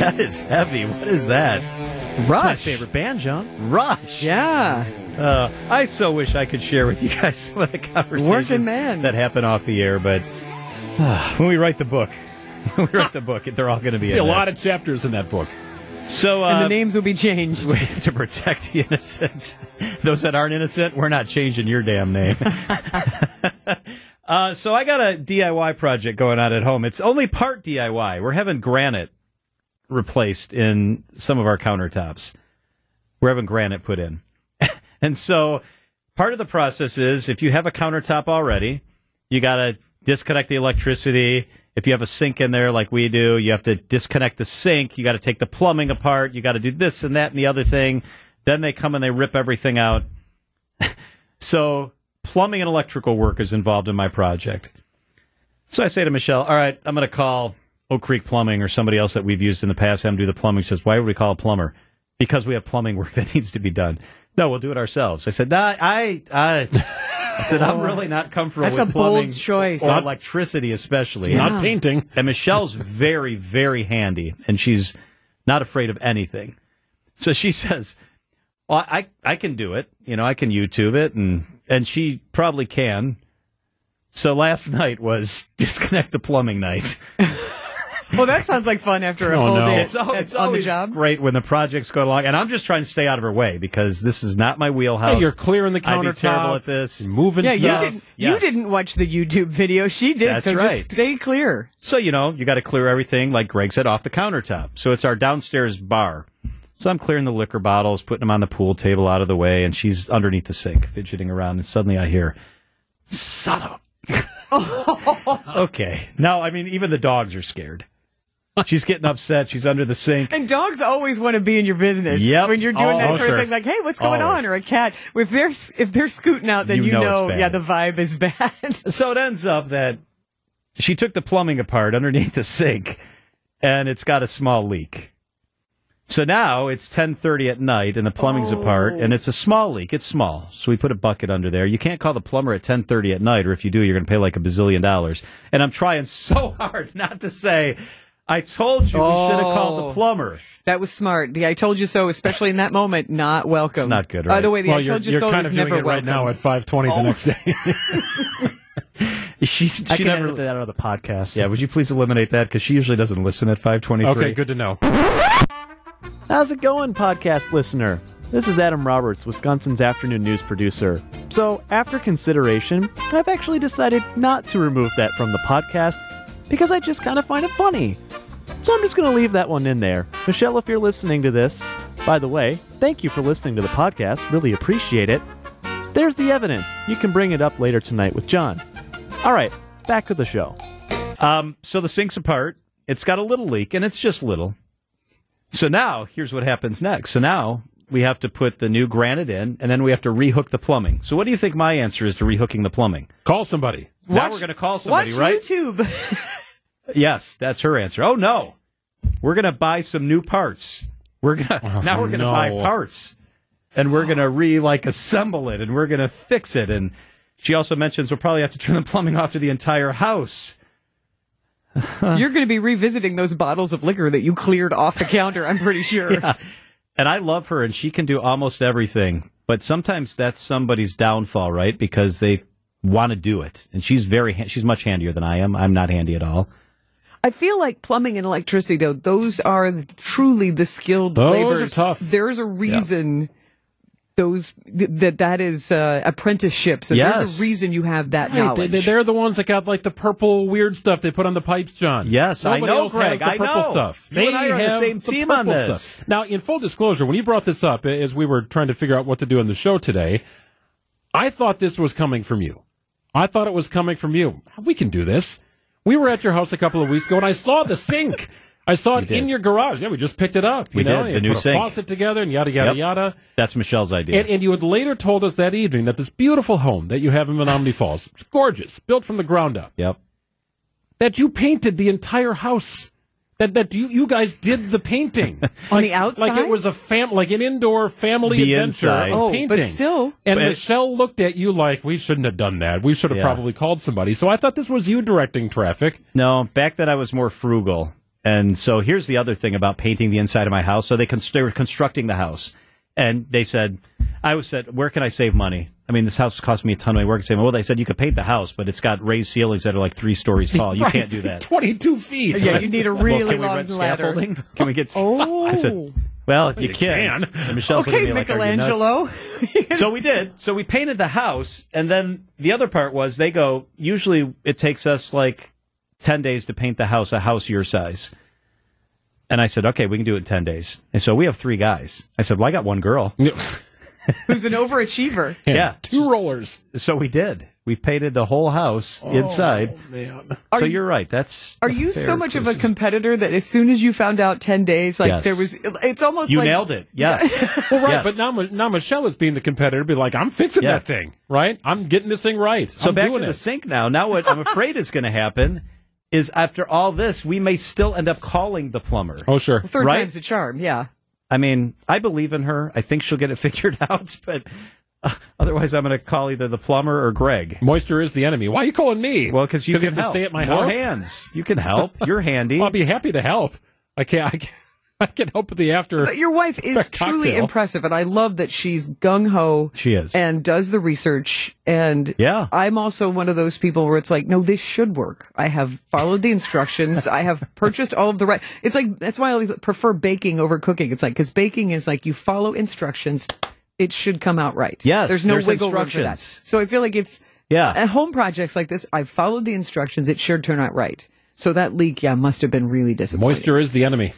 That is heavy. What is that? It's my Rush. favorite band, John. Rush. Yeah. Uh, I so wish I could share with you guys some of the conversations Working man. that happen off the air, but uh, when we write the book, when we write the book, they're all going to be Be in a there. lot of chapters in that book. So uh, and the names will be changed. to protect the innocent, those that aren't innocent, we're not changing your damn name. uh, so I got a DIY project going on at home. It's only part DIY. We're having granite replaced in some of our countertops. We're having granite put in, and so part of the process is if you have a countertop already, you got to disconnect the electricity. If you have a sink in there like we do, you have to disconnect the sink. You got to take the plumbing apart. You got to do this and that and the other thing. Then they come and they rip everything out. so plumbing and electrical work is involved in my project. So I say to Michelle, all right, I'm going to call Oak Creek Plumbing or somebody else that we've used in the past, have them do the plumbing. She says, why would we call a plumber? Because we have plumbing work that needs to be done. No, we'll do it ourselves. I said, nah, I, I, I said, I'm really not comfortable That's with a bold plumbing choice. or Not- electricity, especially. Not painting. And Michelle's very, very handy, and she's not afraid of anything. So she says, well, I, I can do it. You know, I can YouTube it, and, and she probably can. So last night was disconnect the plumbing night. well, that sounds like fun after a Oh, whole no. day It's, al- it's at- on the always job. great when the projects go along, and I'm just trying to stay out of her way because this is not my wheelhouse. Hey, you're clearing the I'd be countertop. terrible at this. Moving Yeah, you stuff. didn't. You yes. didn't watch the YouTube video. She did. That's so right. just stay clear. So, you know, you got to clear everything, like Greg said, off the countertop. So it's our downstairs bar. So I'm clearing the liquor bottles, putting them on the pool table out of the way, and she's underneath the sink, fidgeting around, and suddenly I hear, son of a-" okay. Now, I mean, even the dogs are scared. She's getting upset. She's under the sink. And dogs always want to be in your business. Yep. When you're doing Oh, that sort sure. of thing, like, hey, what's going Always. on? Or a cat. If they're if they're scooting out, then You you, know it's bad. yeah, the vibe is bad. So it ends up that she took the plumbing apart underneath the sink, and it's got a small leak. So now it's 10:30 at night and the plumbing's apart and it's a small leak. It's small. So we put a bucket under there. You can't call the plumber at 10:30 at night or if you do you're going to pay like a bazillion dollars. And I'm trying so hard not to say I told you we should have called the Oh. plumber. that was smart. The I told you so, especially in that moment, not welcome. It's not good, By the right? way, the well, I you're, told you you're so kind is of doing never it right welcome. Oh. now at 5:20 the next day. She she I can never edit that out of the podcast. Yeah, would you please eliminate that cuz she usually doesn't listen at 5:23. okay, good to know. How's it going, podcast listener? This is Adam Roberts, Wisconsin's afternoon news producer. So, after consideration, I've actually decided not to remove that from the podcast because I just kind of find it funny. So, I'm just going to leave that one in there. Michelle, if you're listening to this, by the way, thank you for listening to the podcast. Really appreciate it. There's the evidence. You can bring it up later tonight with John. All right, back to the show. Um, so the sink's apart. It's got a little leak, and it's just little. So now, here's what happens next. So now we have to put the new granite in, and then we have to rehook the plumbing. So what do you think my answer is to rehooking the plumbing? Call somebody. now we're going to call somebody, Watch right? YouTube. Yes, that's her answer. Oh no, we're going to buy some new parts. We're gonna now we're going to no. buy parts, and we're going to re like assemble it, and we're going to fix it. And she also mentions we'll probably have to turn the plumbing off to the entire house. You're going to be revisiting those bottles of liquor that you cleared off the counter, I'm pretty sure. and I love her, and she can do almost everything. But sometimes that's somebody's downfall, right? Because they want to do it, and she's very han- she's much handier than I am. I'm not handy at all. I feel like plumbing and electricity, though, those are the- truly the skilled Those are labors. tough. There's a reason those th- that that is uh, apprenticeships, and Yes. there's a reason you have that Right, they, knowledge. they- they're the ones that got like the purple weird stuff they put on the pipes, John. Yes, I Nobody know, else Greg, Has the I purple know. stuff. You and I are on the have same team on purple this. Stuff. Now, in full disclosure, when you brought this up, a- as we were trying to figure out what to do on the show today, I thought this was coming from you. I thought it was coming from you. We can do this. We were at your house a couple of weeks ago, and I saw the sink. I saw it did. in your garage. Yeah, we just picked it up. We you know? did, You the new put a sink. faucet together, and yada yada Yep. yada. That's Michelle's idea. And, and you had later told us that evening that this beautiful home that you have in Menominee Falls, it's gorgeous, built from the ground up, yep. that you painted the entire house. That that you, you guys did the painting On the like it outside? was a fam like an indoor family The adventure inside. of Oh, but painting. still. and But- Michelle looked at you like we shouldn't have done that. We should have Yeah. probably called somebody. So I thought this was you directing traffic. No, back then I was more frugal, And so here's the other thing about painting the inside of my house. So they cons- they were constructing the house, and they said, I was said, where can I save money? I mean, this house cost me a ton of money. Where can I save money? Well, they said you could paint the house, but it's got raised ceilings that are like three stories tall. You can't do that. Twenty-two feet. Yeah, you need a Well, really can we long rent ladder. scaffolding? Can we get? Oh. I said, well, you, you can. can. And Michelle's looking Okay, at me like, "Are you nuts?" Michelangelo. so we did. So we painted the house, and then the other part was they go. Usually, it takes us like ten days to paint the house, a house your size. And I said, okay, we can do it in ten days. And so we have three guys. I said, well, I got one girl. No. Who's an overachiever? Yeah. two rollers. So we did. We painted the whole house inside. Oh, man. so you're right. That's Are you fair so much of a criticism. competitor that as soon as you found out 10 days, like Yes. there was, it's almost You like. nailed it. Yes. Well, right, Yes. but now, Mi- now Michelle is being the competitor, be like, I'm fixing Yeah. that thing, right? I'm getting this thing right. So I'm back doing to it. the sink now. Now what I'm afraid is going to happen is after all this, we may still end up calling the plumber. oh, sure. Third Right? time's a charm, yeah. I mean, I believe in her. I think she'll get it figured out, but uh, otherwise, I'm going to call either the plumber or Greg. Moisture is the enemy. Why are you calling me? Well, because you you can have to help. stay at my More house. hands. You can help. You're handy. Well, I'll be happy to help. I can't. I can, I can help with the after. But Uh, your wife is truly cocktail. impressive, and I love that she's gung ho. She is. And does the research. And Yeah. I'm also one of those people where it's like, no, this should work. I have followed the instructions. I have purchased all of the right. It's like, that's why I always prefer baking over cooking. It's like, because baking is like you follow instructions, it should come out right. Yes, There's no there's wiggle room for that. instructions. So I feel like if Yeah. at home projects like this, I've followed the instructions, it should turn out right. So that leak, yeah, must have been really disappointing. Moisture is the enemy.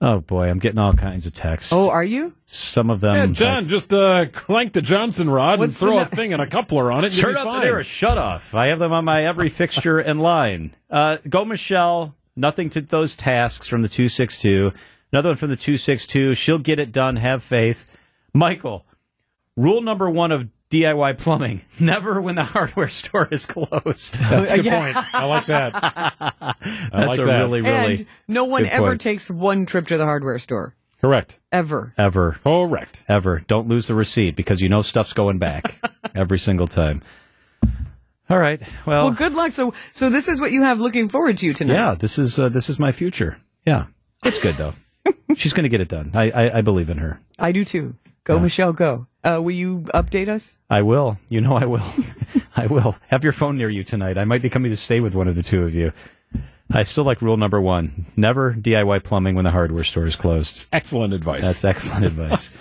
oh boy, I'm getting all kinds of texts. Oh, are you? some of them. Yeah, John, just uh, clank the Johnson rod What's and throw the a ma- thing and a coupler on it. and Turn you'll be up the fine. nearest shut off. I have them on my every fixture and line. Uh, go, Michelle. Nothing to those tasks from the 262. Another one from the 262. She'll get it done. Have faith. Michael, rule number one of DIY plumbing never when the hardware store is closed. That's That's a good point. I like that. I like a that. really, really. and no one good ever point. takes one trip to the hardware store. correct. Ever. Ever, Correct. ever. Don't lose the receipt because you know stuff's going back every single time. All right. Well, Well, good luck. So, so this is what you have looking forward to tonight. yeah, this is uh, this is my future. Yeah, it's good though. She's going to get it done. I, I I believe in her. I do too. Go, Michelle, go. Uh, will you update us? I will. You know I will. I will. Have your phone near you tonight. I might be coming to stay with one of the two of you. I still like rule number one: never DIY plumbing when the hardware store is closed. Excellent advice. That's excellent advice.